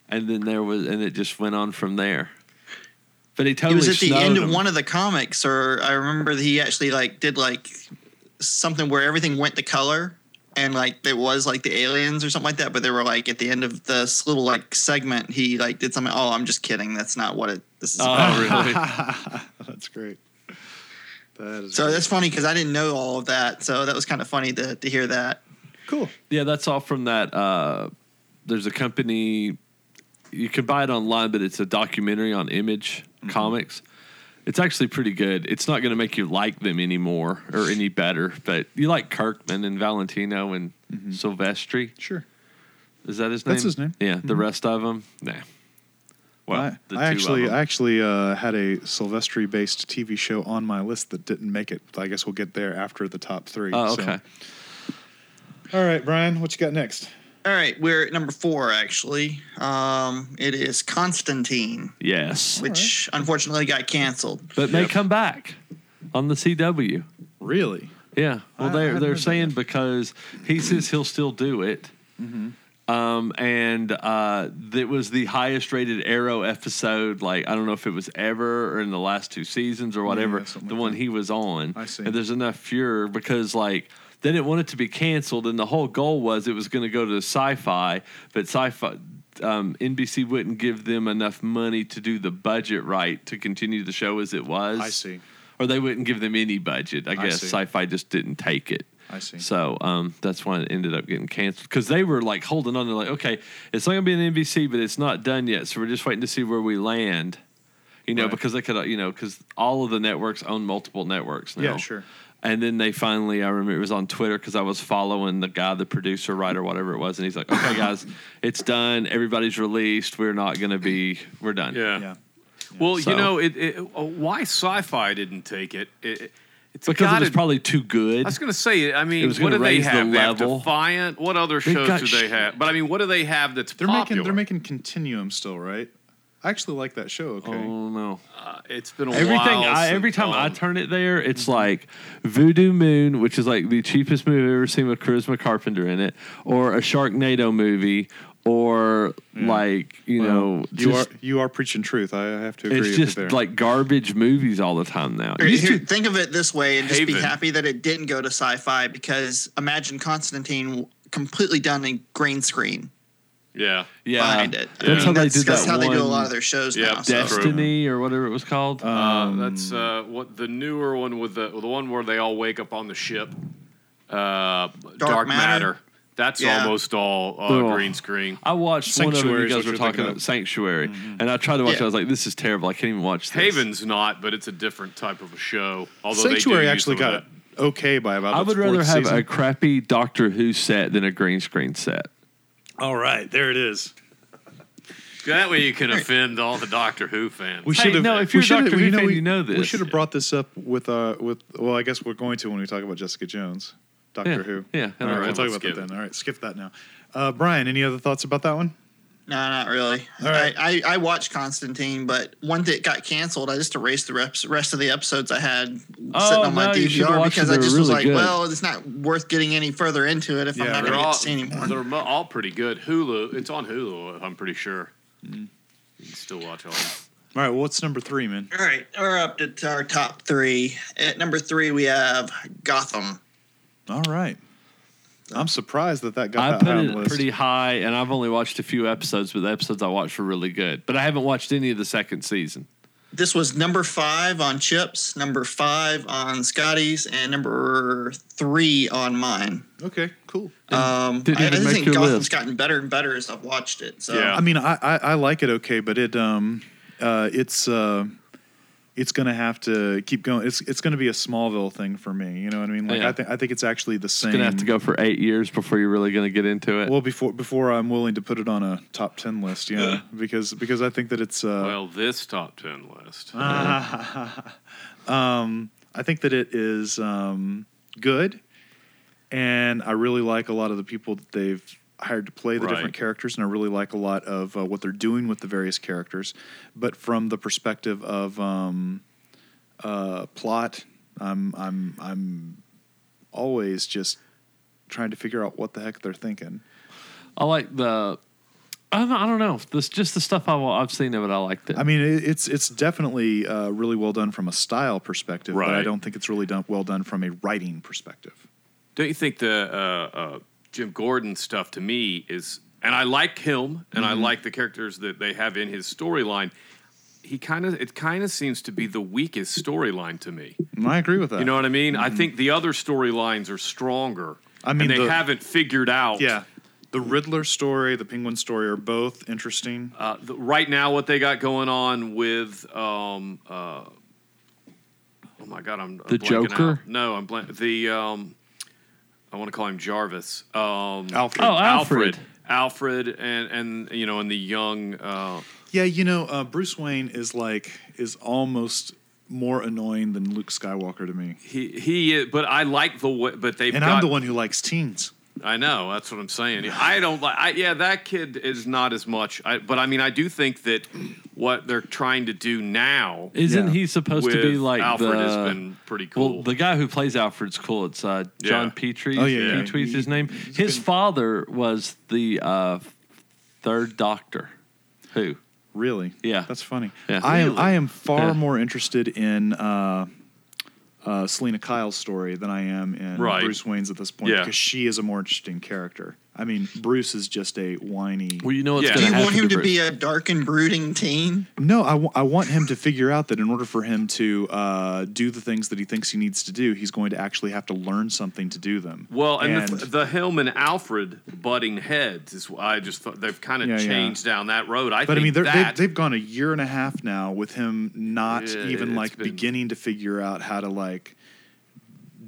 E: and then there was, and it just went on from there. But he totally
C: it was at the
E: snowed
C: end of
E: him.
C: one of the comics or i remember that he actually like did like something where everything went to color and like there was like the aliens or something like that but they were like at the end of this little like segment he like did something oh i'm just kidding that's not what it this is about.
E: *laughs* Oh, really?
B: That's great. That is
C: so
B: great.
C: that's funny because i didn't know all of that so that was kind of funny to, to hear that
B: cool.
E: Yeah, that's all from that. Uh, there's a company you can buy it online, but it's a documentary on Image
B: Mm-hmm.
E: Comics. It's actually pretty good. It's not going to make you like them anymore or any better, but you like Kirkman and Valentino and Silvestri.
B: Sure.
E: Is that his
B: Mm-hmm.
E: name?
B: That's his name. Mm-hmm.
E: Yeah. The rest of them, nah. Well,
B: I, I
E: the two of
B: actually,
E: them.
B: I actually uh, had a Silvestri-based TV show on my list that didn't make it. I guess we'll get there after the top three.
E: Oh,
B: so-
E: okay.
B: All right, Brian, what you got next?
C: All right, we're at number four actually. Um, it is Constantine,
E: Yes.
C: which unfortunately got canceled.
E: But may come back on the CW.
B: Really?
E: Yeah. Well,
B: I- I
E: they're
B: hadn't
E: they're
B: heard that
E: saying because he says he'll still do it.
B: Mm-hmm.
E: Um, and uh, it was the highest rated Arrow episode. Like I don't know if it was ever or in the last two seasons or whatever.
B: something
E: the
B: like
E: one
B: that.
E: he was on.
B: I see.
E: And there's enough furor because like. They didn't want it to be canceled, and the whole goal was it was going to go to sci-fi, but sci-fi um, NBC wouldn't give them enough money to do the budget right to continue the show as it was
B: I see.
E: or they wouldn't give them any budget. I guess
B: see.
E: sci-fi just didn't take it.
B: I see.
E: So um, that's why it ended up getting canceled because they were like holding on. They're like, okay, it's not gonna be an NBC, but it's not done yet, so we're just waiting to see where we land. You know,
B: Right.
E: because they could, uh, you know, because all of the networks own multiple networks now.
B: Yeah, sure.
E: And then they finally, I remember it was on Twitter because I was following the guy, the producer, writer, whatever it was, and he's like,
B: *laughs*
E: "Okay, guys, it's done. Everybody's released. We're not gonna be. We're done."
F: Yeah.
B: Yeah.
F: Well,
E: So-
F: you know, it, it, uh, why sci-fi didn't take it? it it- it's
E: Because it
F: gotta-
E: was probably too good.
F: I was going to say. I mean,
E: was
F: what
E: gonna
F: do they
E: raise the
F: have? They have
E: level.
F: Defiant. What other
E: They've
F: shows
E: got
F: do
E: sh-
F: they have? But I mean, what do they have that's
B: They're making
F: popular?
B: they're making Continuum still, right? I actually like that show. Okay.
E: Oh no.
F: Uh, it's been a
E: Everything
F: while.
E: I, every
F: since-
E: time I
F: um,
E: turn it there, it's like Voodoo Moon, which is like the cheapest movie I've ever seen with Charisma Carpenter in it, or a Sharknado movie, or like you know,
B: you
E: just,
B: are you are preaching truth. I I have to agree
E: it's
B: with
E: just
B: you there.
E: like garbage movies all the time now.
C: Here-
E: Used to-
C: *laughs* here, think of it this way, and just be
F: Haven.
C: happy that it didn't go to sci-fi because imagine Constantine completely done in green screen
F: Yeah.
E: yeah,
C: behind it.
E: that's how they did
C: that's
E: that
C: how
E: one.
C: they do a lot of their shows
F: Yeah,
C: now. so-
F: that's true.
E: Destiny or whatever it was called.
F: Uh,
B: Um,
F: that's uh, what the newer one with the the one where they all wake up on the ship. Uh,
C: Matter.
F: Dark, matter. That's
C: Yeah.
F: almost all uh,
E: Oh.
F: green screen.
E: I watched one of them. You
B: Sanctuary is
E: guys
B: what
E: were
B: you're
E: talking
B: thinking
E: about
B: of. Mm-hmm.
E: Sanctuary, and I tried to watch. it.
C: Yeah.
E: I was like, "This is terrible. I can't even watch." This.
F: Haven's not, but it's a different type of a show. Although they do
B: Sanctuary
F: use
B: actually
F: some of
B: got okay by about.
E: I
B: the
E: would rather
B: fourth
E: have
B: season.
E: a crappy Doctor Who set than a green screen set.
B: All right, there it is.
F: that. that way you can offend all the Doctor Who fans.
B: We
E: Hey,
B: should have.
E: no, if you're
B: we
E: a
B: should've-
E: Doctor Who
B: you know,
E: fan,
B: we,
E: you know
B: We
E: this.
B: should have brought this up with uh with. Well, I guess we're going to when we talk about Jessica Jones, Doctor
E: Yeah,
B: Who.
E: yeah, I
B: all
E: don't
B: right,
E: know.
B: we'll talk about
F: Skip
B: that
F: it.
B: then. All right, skip that now. Uh, Brian, any other thoughts about that one?
C: No, not really.
B: All right.
C: I, I, I watched Constantine, but one that got canceled, I just erased the reps, rest of the episodes I had
E: Oh,
C: sitting on my
E: no, you should've
C: DVR
E: watched
C: because
E: them.
C: I
E: They were
C: just was
E: really
C: like,
E: good.
C: well, it's not worth getting any further into it if
B: Yeah,
C: I'm not
F: They're
C: going to
F: all,
C: get to see anymore.
F: they're mo- all pretty good. Hulu, it's on Hulu. I'm pretty sure.
B: Mm-hmm.
F: You can still watch all. of them.
B: All right, well, what's number three, man?
C: All right, we're up to our top three. At number three, we have Gotham.
B: All right, I'm surprised that that got *laughs*
E: I
B: that
E: put
B: high on
E: it
B: the list.
E: pretty high, and I've only watched a few episodes, but the episodes I watched were really good. But I haven't watched any of the second season.
C: This was number five on Chips, number five on Scotty's, and number three on mine.
B: okay, cool.
C: Um,
E: didn't
C: I, I
E: even
C: just
E: make
C: think
E: your
C: Gotham's
E: list.
C: gotten better and better as I've watched it. So
F: Yeah.
B: I mean, I, I, I like it okay, but it um, uh, it's uh, it's gonna have to keep going. It's it's gonna be a Smallville thing for me. You know what I mean? Like
E: Yeah.
B: I think I think it's actually the same.
E: Gonna have to go for eight years before you're really gonna get into it.
B: Well, before before I'm willing to put it on a top ten list, yeah, because because I think that it's uh,
F: Well, this top ten list.
B: Ah. I think that it is um, good, and I really like a lot of the people that they've hired to play the
F: Right.
B: different characters, and I really like a lot of uh, what they're doing with the various characters. But from the perspective of um, uh, plot, I'm I'm I'm always just trying to figure out what the heck they're thinking.
E: I like the. I don't, I don't know. This just the stuff I, wa- I've seen of it. I liked it.
B: I mean, it, it's it's definitely uh, really well done from a style perspective, but I
F: Right.
B: don't think it's really done well done from a writing perspective.
F: Don't you think the uh, uh, Jim Gordon stuff to me is, and I like him, and I
B: Mm-hmm.
F: like the characters that they have in his storyline. He kind of, it kind of seems to be the weakest storyline to me.
B: And Mm, I agree with that.
F: You know what I mean? I think the other storylines are stronger.
B: Mm-hmm. I mean,
F: and they
B: the-
F: haven't figured out.
B: Yeah. The Riddler story, the Penguin story are both interesting.
F: Uh, the, right now, what they got going on with, um, uh, oh my god, I'm
E: The
F: blanking
E: Joker?
F: out. No, I'm blank. The um, I want to call him Jarvis. Um,
B: Alfred.
E: Oh, Alfred.
F: Alfred, Alfred, and and you know, and the young. Uh,
B: Yeah, you know, uh, Bruce Wayne is like is almost more annoying than Luke Skywalker to me,
F: He he, is- but I like the way. But they've
B: and
F: got,
B: I'm the one who likes teens.
F: I know that's what I'm saying. I don't like. I, yeah, that kid is not as much. I, but I mean, I do think that what they're trying to do now
E: Isn't
B: Yeah.
E: he supposed
F: with
E: to be like
F: Alfred
E: the,
F: has been pretty cool.
E: Well, the guy who plays Alfred's cool. It's uh, John
F: Yeah.
E: Petrie.
B: Oh, yeah, yeah.
E: Petrie's his
B: He-
E: name. His
B: been-
E: father was the uh, third Doctor. Who?
B: Really?
E: Yeah.
B: That's funny.
E: Yeah.
B: I am
E: Really?
B: I am far
E: Yeah.
B: more interested in uh, uh, Selena Kyle's story than I am in
F: Right.
B: Bruce Wayne's at this point
F: Yeah.
B: because she is a more interesting character. I mean, Bruce is just a whiny.
E: Well, you know what's
F: Yeah.
E: going
F: Do
E: to
C: you
E: happen.
C: want him to
E: Bruce.
C: be a dark and brooding teen?
B: No, I wa- I want him to figure out that in order for him to uh, do the things that he thinks he needs to do, he's going to actually have to learn something to do them.
F: Well, and, the, the him and Alfred butting heads is why I just thought they've kind of
B: Yeah, yeah.
F: changed down that road. I
B: But I
F: think
B: mean, they're,
F: that
B: they've, they've gone a year and a half now with him not
F: Yeah,
B: even
F: it's
B: like
F: been-
B: beginning to figure out how to like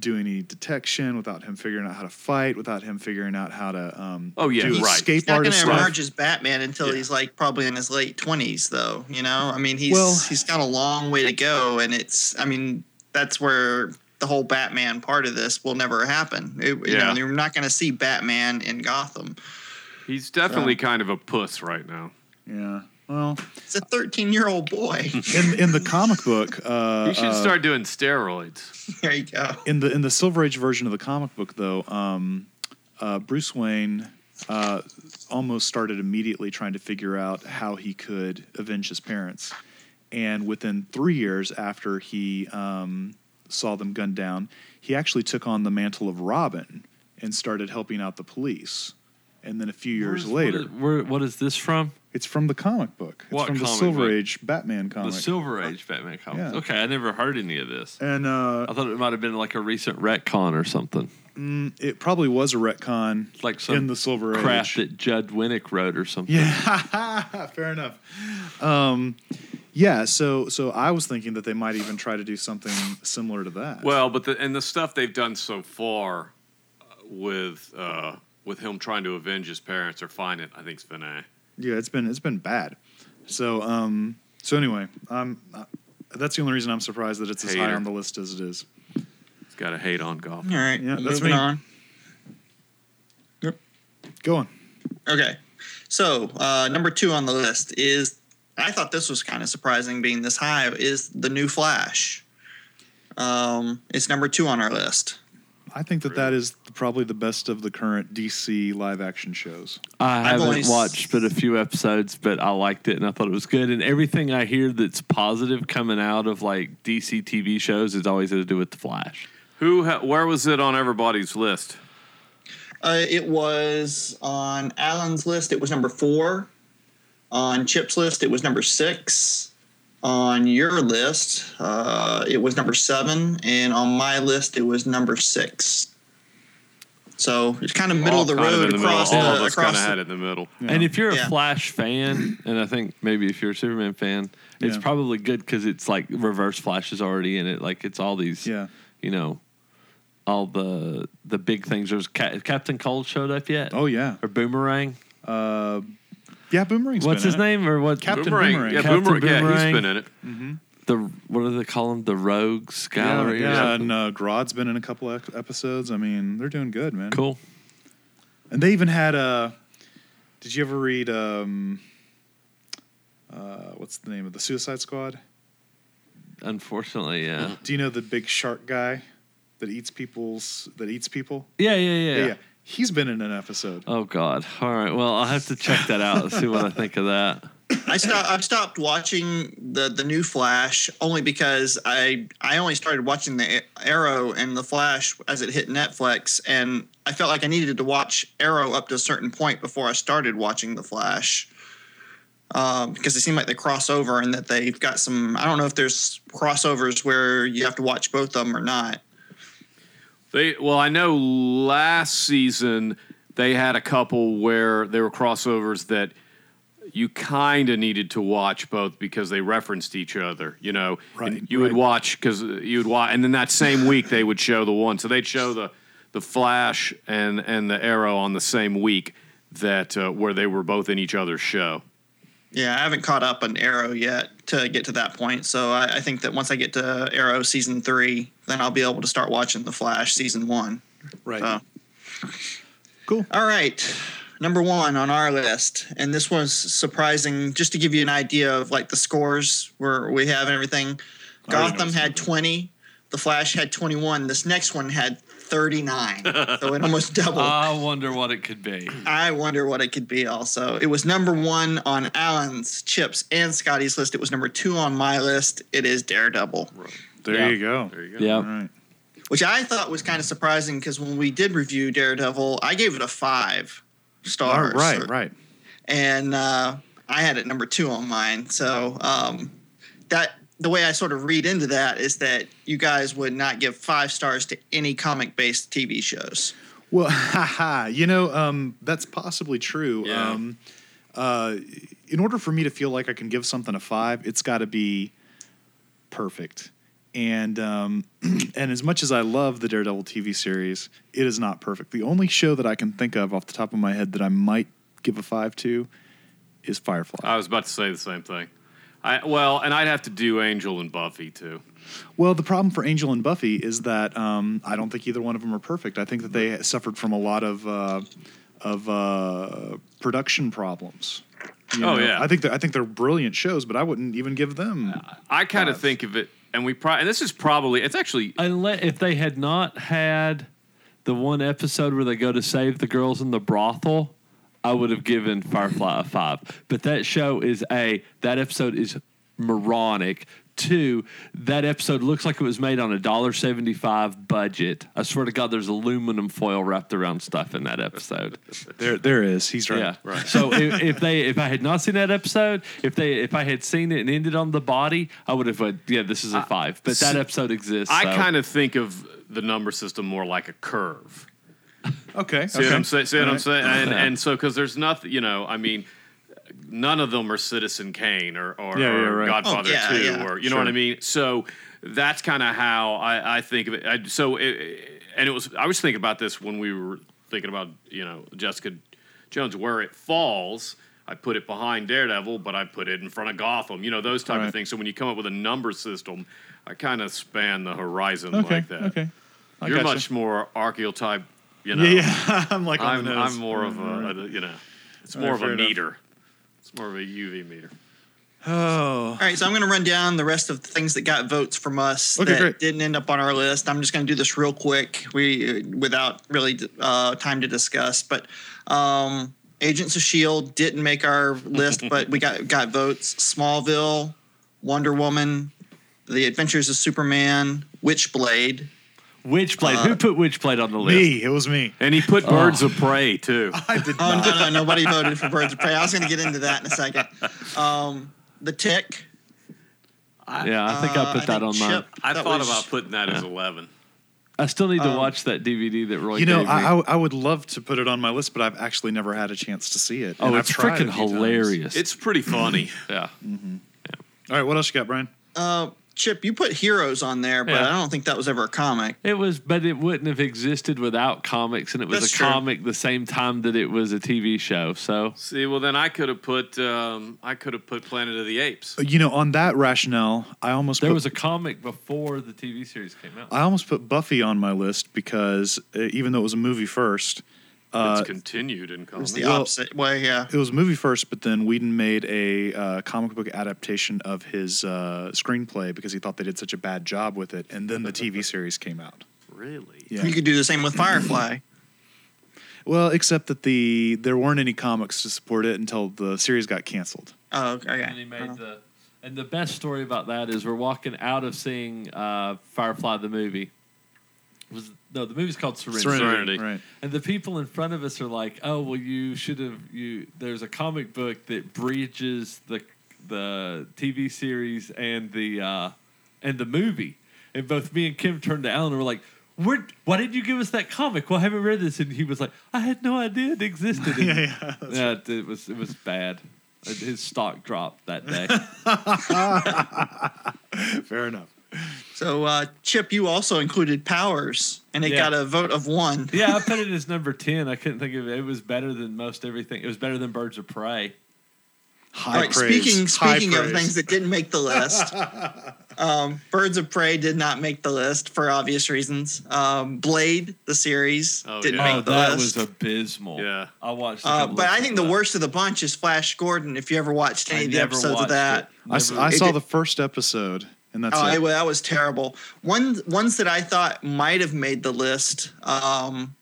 B: do any detection without him figuring out how to fight, without him figuring out how to um,
F: Oh, yeah,
B: do
F: right.
B: escape
C: He's not going
B: artist
C: to
B: stuff.
C: emerge as Batman until
F: Yeah.
C: he's like probably in his late twenties, though. You know, I mean, he's
B: Well-
C: he's got a long way to go, and it's I mean that's where the whole Batman part of this will never happen. It- You
F: Yeah.
C: know, you're not going to see Batman in Gotham.
F: he's definitely kind of a puss right now.
B: Yeah. Well,
C: It's a 13 year old boy. *laughs*
B: in in the comic book, uh,
F: He should
B: uh,
F: start doing steroids.
C: there you go.
B: in the in the Silver Age version of the comic book, though, um, uh, Bruce Wayne uh, almost started immediately trying to figure out how he could avenge his parents, and within three years after he um, saw them gunned down, he actually took on the mantle of Robin and started helping out the police. And then a few years
E: Where's-
B: later,
E: What is, where, what is this from?
B: it's from the comic book. It's
E: What
B: from the
E: comic
B: Silver
E: book?
B: Age Batman comic.
E: The Silver Age Batman comics.
B: Uh, Yeah.
E: Okay, I never heard any of this.
B: and uh,
E: I thought it might have been like a recent retcon or something.
B: it probably was a retcon
E: It's like some
B: in the Silver
E: crap
B: Age.
E: that Judd Winnick wrote or something.
B: Yeah, *laughs* fair enough. Um, yeah, so so I was thinking that they might even try to do something similar to that.
F: Well, but the, and the stuff they've done so far uh, with uh, with him trying to avenge his parents or find it, I think's been a
B: yeah, it's been it's been bad. So um, so anyway, um, uh, that's the only reason I'm surprised that it's as high
F: Hater.
B: on the list as it is.
F: he's got a hate on golf.
C: All right.
B: Yeah, that's
C: moving
B: me.
C: on.
B: Go on.
C: Okay. So, uh, number two on the list is I thought this was kind of surprising being this high is the new Flash. Um, it's number two on our list.
B: I think that that is probably the best of the current DC live action shows.
E: I
C: I've
E: haven't
C: only s-
E: watched but a few episodes, but I liked it and I thought it was good. And everything I hear that's positive coming out of like DC TV shows is always to do with the Flash.
F: Who? Ha- where was it on everybody's list?
C: Uh, it was on Alan's list, it was number four. On Chip's list, it was number six. On your list, uh, it was number seven. And on my list, it was number six. So it's kind of middle
F: All
C: of the
F: kind
C: road
F: in the
C: across
F: middle. All
C: the
F: of us kind
C: across
F: of
C: the-
F: had it in the middle.
E: And if you're a
C: Yeah.
E: Flash fan, and I think maybe if you're a Superman fan, it's
B: Yeah.
E: probably good because it's like reverse Flash is already in it. Like it's all these,
B: Yeah.
E: you know, all the the big things. There's Ca- Captain Cold showed up yet?
B: Oh yeah.
E: Or Boomerang?
B: Uh, yeah, Boomerang's
E: What's
B: been
E: his
B: in it.
E: name? Or what?
B: Captain
F: Boomerang.
B: Boomerang.
F: Yeah,
E: Captain
F: Boomerang. Yeah,
E: Boomerang.
F: he's been in it.
E: The what do they call them? The Rogues
B: Yeah,
E: Gallery. or
B: yeah,
E: something?
B: and uh, Grodd's been in a couple of episodes. I mean, they're doing good, man.
E: Cool.
B: And they even had Uh, did you ever read? Um, uh, what's the name of the Suicide Squad?
E: Unfortunately, yeah.
B: Do you know the big shark guy that eats people's that eats people?
E: Yeah, yeah, yeah.
B: He's been in an episode.
E: Oh God. All right. Well, I'll have to check that out and see what I think of that.
C: I stopped. I've stopped watching the the new Flash only because I I only started watching the Arrow and the Flash as it hit Netflix, and I felt like I needed to watch Arrow up to a certain point before I started watching the Flash. Um, because it seemed like they cross over and that they've got some. I don't know if there's crossovers where you have to watch both of them or not.
F: They well, I know last season they had a couple where there were crossovers that you kind of needed to watch both because they referenced each other. You know, And
B: Right,
F: you
B: right.
F: would watch because you would watch, and then that same week they would show the one. So they'd show the the Flash and and the Arrow on the same week that uh, where they were both in each other's show.
C: Yeah, I haven't caught up on Arrow yet to get to that point. So I, I think that once I get to Arrow season three, then I'll be able to start watching The Flash season one.
B: Right.
C: So.
B: Cool.
C: All right. Number one on our list, and this was surprising. Just to give you an idea of like the scores where we have and everything,
B: already know
C: Gotham
B: it's
C: had twenty, The Flash had twenty-one. This next one had
B: *laughs*
C: thirty-nine, so it almost doubled.
E: *laughs* I wonder what it could be.
C: I wonder what it could be. Also, it was number one on Alan's, Chips, and Scotty's list. It was number two on my list. It is Daredevil,
B: there
F: Yeah.
B: you go.
F: There you go.
B: All
D: Yeah.
B: right.
C: which I thought was kind of surprising because when we did review Daredevil, I gave it a five
B: All
C: stars.
B: right. Right.
C: and uh, I had it number two on mine. So um, that the way I sort of read into that is that you guys would not give five stars to any comic-based TV shows.
B: Well, *laughs* haha. You know, um, that's possibly true.
F: Yeah.
B: Um, uh, in order for me to feel like I can give something a five, it's got to be perfect. And um, *clears throat* and as much as I love the Daredevil TV series, it is not perfect. The only show that I can think of off the top of my head that I might give a five to is Firefly.
F: I was about to say the same thing. I well, and I'd have to do Angel and Buffy too.
B: Well, the problem for Angel and Buffy is that um, I don't think either one of them are perfect. I think that they suffered from a lot of uh, of uh, production problems. you
F: Oh, yeah.
B: I think they're, I think they're brilliant shows, but I wouldn't even give them.
F: I kind of
B: Five.
F: think of it, and we probably and this is probably it's actually
E: Unless if they had not had the one episode where they go to save the girls in the brothel, I would have given Firefly a five. But that show is a that episode is moronic. Two, that episode looks like it was made on a dollar seventy five budget. I swear to God, there's aluminum foil wrapped around stuff in that episode.
B: there there is. He's right.
E: Yeah. Right. So if, if they if I had not seen that episode, if they if I had seen it and ended on the body, I would have went, yeah, this is a five. But that episode exists.
F: I kind of think of the number system more like a curve.
B: Okay.
F: See what I'm saying? See what I'm
B: Alright.
F: saying? And, and so, because there's nothing, you know, I mean, none of them are Citizen Kane or, or,
B: Yeah, yeah,
F: or
B: right.
F: Godfather
C: Oh, yeah,
F: 2
C: yeah.
F: or, you know what I
B: Sure.
F: mean? So that's kind of how I, I think of it. I, so, it, and it was, I was thinking about this when we were thinking about, you know, Jessica Jones, where it falls. I put it behind Daredevil, but I put it in front of Gotham, you know, those type
B: Alright.
F: of things. So when you come up with a number system, I kind of span the horizon
B: Okay.
F: like that.
B: Okay. I
F: You're
B: gotcha.
F: much more archetype, you know.
B: Yeah, *laughs* yeah. I'm like on
F: I'm,
B: the nose.
F: I'm more of a, you know, it's
B: All right,
F: more of
B: fair
F: a
B: enough.
F: meter. It's more of a UV meter.
B: Oh.
C: All right, so I'm going to run down the rest of the things that got votes from us
B: Okay,
C: that
B: great.
C: didn't end up on our list. I'm just going to do this real quick, we without really uh, time to discuss. But um, Agents of Shield didn't make our list, but we got got votes. Smallville, Wonder Woman, The Adventures of Superman, Witchblade.
E: Witchblade.
C: Uh,
E: Who put Witchblade on the list?
B: Me. It was me.
F: And he put Birds of Prey *laughs* too.
B: I did
C: Oh
B: not.
C: no, no, nobody voted for Birds of Prey. I was going to get into that in a second. Um, the Tick.
E: Yeah, I think I
C: uh,
E: put that
C: think
E: on mine.
C: Chip,
F: I
C: that
F: thought
C: was-
F: about putting that as eleven.
E: I still need to
C: Um,
E: watch that DVD that Roy
B: You know,
E: gave me.
B: I, I I would love to put it on my list, but I've actually never had a chance to see it.
E: oh,
B: and
E: it's
B: I've tried
E: freaking
B: a few times.
E: hilarious.
F: It's pretty funny.
E: yeah.
B: All right, what else you got, Brian?
C: Uh, Chip, you put Heroes on there, but
E: Yeah.
C: I don't think that was ever a comic.
E: It was, but it wouldn't have existed without comics, and it was
C: That's
E: a
C: true.
E: comic the same time that it was a TV show. So
F: *clears throat* See, well then I could have put um, I could have put Planet of the Apes.
B: You know, on that rationale, I almost
E: there
B: put,
E: was a comic before the TV series came out.
B: I almost put Buffy on my list because uh, even though it was a movie first, uh,
F: it's continued in
C: It was
F: comics.
C: the
B: Well-
C: opposite way, yeah.
B: it was a movie first. But then Whedon made a uh, comic book adaptation of his uh, screenplay because he thought they did such a bad job with it, and then the
E: *laughs*
B: TV series came out.
F: really?
B: Yeah.
C: You could do the same with Firefly.
B: Well, except that the there weren't any comics to support it until the series got canceled.
C: oh, okay.
E: And he made the and the best story about that is we're walking out of seeing uh, Firefly the movie. Was no the movie's called Serenity.
F: Serenity.
B: right?
E: And the people in front of us are like, "Oh, well, you should have you." There's a comic book that breaches the the TV series and the uh, and the movie. And both me and Kim turned to Alan and were like, "Where? Why didn't you give us that comic? Well, I haven't read this." And he was like, "I had no idea it
B: *laughs*
E: existed." And
B: Yeah, yeah.
E: yeah, it was it was bad. Uh, His stock dropped that day. *laughs*
B: Fair enough.
C: So, uh, Chip, you also included Powers, and it
E: Yeah.
C: got a vote of one.
E: yeah, I put it as number ten. I couldn't think of it. It was better than most everything. It was better than Birds of Prey.
B: High
C: All right,
B: praise.
C: speaking
B: High
C: speaking of
B: praise.
C: things that didn't make
B: *laughs*
C: the list, um, Birds of Prey did not make the list for obvious reasons. Um, Blade, the series,
F: Oh,
C: didn't
F: yeah.
E: Oh,
C: make the
E: that
C: list.
E: was abysmal.
F: Yeah.
E: I watched. a
C: uh,
E: couple
C: but I
E: episodes
C: think the
E: of that.
C: worst of the bunch is Flash Gordon. If you ever watched any
E: I
C: of the
E: never
C: episodes of
E: watched
C: that,
E: it.
B: I, s-
E: Never-
B: I
C: it
B: saw
C: did-
B: the first episode, and that's
C: Oh,
B: it.
C: I, well, that was terrible. One ones that I thought might have made the list. Um,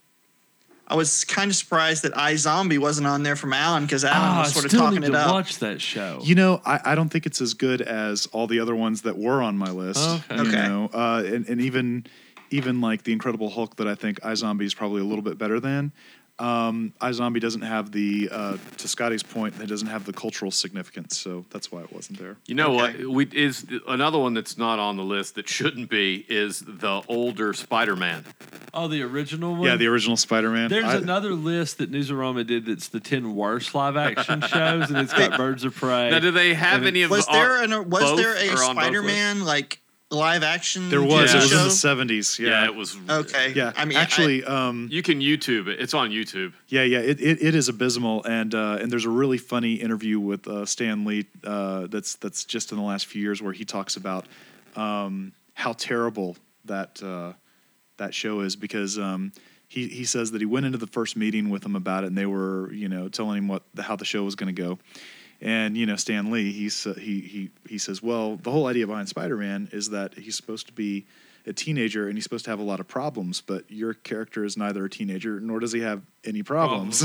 C: I was kind of surprised that I Zombie wasn't on there from Alan because Alan
E: Ah, I
C: was sort of
E: still
C: talking
E: need
C: it
E: to
C: up.
E: watch that show.
B: You know, I, I don't think it's as good as all the other ones that were on my list.
E: Okay.
B: You
C: Oh, Okay.
B: know, uh, and, and even even like the Incredible Hulk that I think iZombie is probably a little bit better than. Um, iZombie doesn't have the uh, to Scotty's point, it doesn't have the cultural significance, so that's why it wasn't there.
F: You know
C: Okay.
F: what? We is another one that's not on the list that shouldn't be is the older Spider-Man.
E: oh, the original one.
B: Yeah, the original Spider-Man.
E: There's
B: I-
E: another list that Newsarama did that's the 10 worst live action shows, and it's got Birds of Prey.
F: Now, do they have
E: And
F: any of
C: Was there
F: our-
C: an was
F: both
C: there a
F: or on both
C: Spider-Man like live action?
B: There was.
F: Yeah.
B: It was in
C: show?
B: the seventies.
F: Yeah.
B: Yeah.
F: it was.
C: okay.
B: Yeah.
C: I mean,
B: actually, um,
F: You can YouTube it. It's on YouTube.
B: yeah, yeah, it, it, it is abysmal, and uh, and there's a really funny interview with uh, Stan Lee uh, that's that's just in the last few years where he talks about um, how terrible that uh, that show is because um, he he says that he went into the first meeting with them about it, and they were you know telling him what how the show was going to go, and you know Stan Lee he sa- he he he says, well, the whole idea behind Spider-Man is that he's supposed to be a teenager and he's supposed to have a lot of problems, but your character is neither a teenager nor does he have any problems,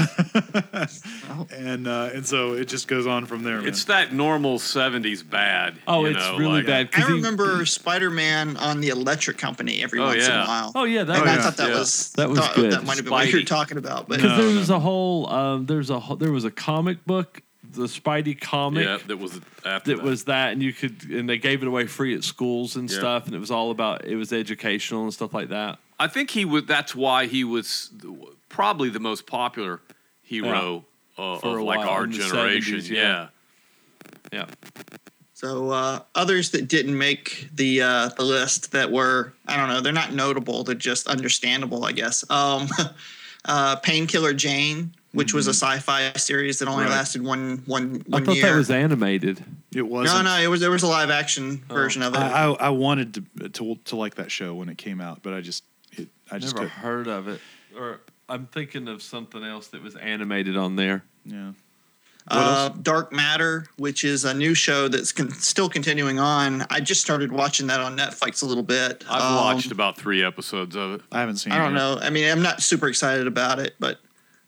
B: *laughs* and uh, and so it just goes on from there. man.
F: It's that normal '70s bad.
E: oh,
F: you
E: it's
F: know,
E: really
F: like-
E: bad. 'cause
C: I, I
E: he-
C: remember Spider-Man on the Electric Company every
F: Oh,
C: once in
F: yeah.
C: a while.
E: Oh, yeah, that
C: and
E: was-
C: I thought that
F: yeah.
C: was
E: That was
C: thought-
E: good.
C: That might have been what
F: Spidey.
C: you were talking about, but
E: Because
B: No,
E: there was a whole, um, there's a whole, there was a comic book, the Spidey comic
F: Yeah, that was after.
E: that was that, and you could, and they gave it away free at schools and
F: Yeah.
E: stuff, and it was all about, it was educational and stuff like that.
F: I think he was. That's why he was th- probably the most popular hero uh,
E: For a
F: of like
E: while
F: our
E: in the
F: generation.
E: 70s,
F: yeah.
E: yeah. Yeah.
C: So uh, others that didn't make the uh, the list that were I don't know they're not notable they're just understandable I guess. Um, *laughs* uh, Painkiller Jane, which was a sci-fi series that only
B: Right.
C: lasted one one
E: I
C: one
E: thought
C: year.
E: that was animated.
B: it was
C: no, no, it was there was a live action version of it.
B: I, I, I wanted to, to to like that show when it came out, but I just it, I just
E: Never
B: couldn't.
E: heard of it. Or I'm thinking of something else that was animated on there.
B: yeah. What
C: uh,
B: else?
C: Dark Matter, which is a new show that's con- still continuing on. I just started watching that on Netflix a little bit.
F: I've
C: Um,
F: watched about three episodes of it.
B: I haven't seen.
C: I
B: it.
E: Mm-hmm.
C: don't know. I mean, I'm not super excited about it, but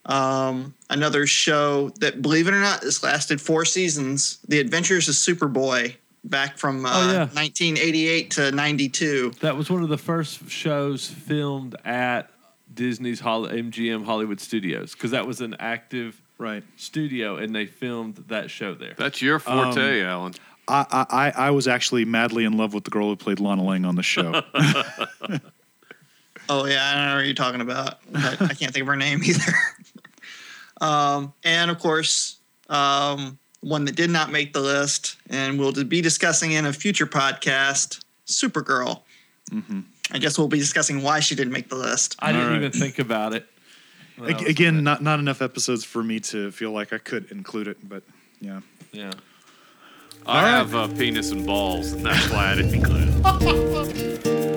C: um, another show that, believe it or not, this lasted four seasons. The Adventures of Superboy, back from uh,
E: Oh, yeah.
C: 1988 to 92.
E: That was one of the first shows filmed at Disney's Hol- MGM Hollywood Studios because that was an active
B: Right.
E: studio and they filmed that show there.
F: That's your forte,
E: um,
F: Alan.
B: I, I I- I was actually madly in love with the girl who played Lana Lang on the
C: *laughs*
B: show.
C: Oh yeah, I don't know what you're talking about. But I can't think of her name *laughs* either. um, and of course, um, one that did not make the list, and we'll be discussing in a future podcast, Supergirl. I guess we'll be discussing why she didn't make the list.
E: I didn't
B: All right.
E: even think about it. when I
B: Ag-
E: was-
B: Again, not not enough episodes for me to feel like I could include it, but yeah.
E: yeah.
F: I have uh, penis and balls, and that's why I didn't include it.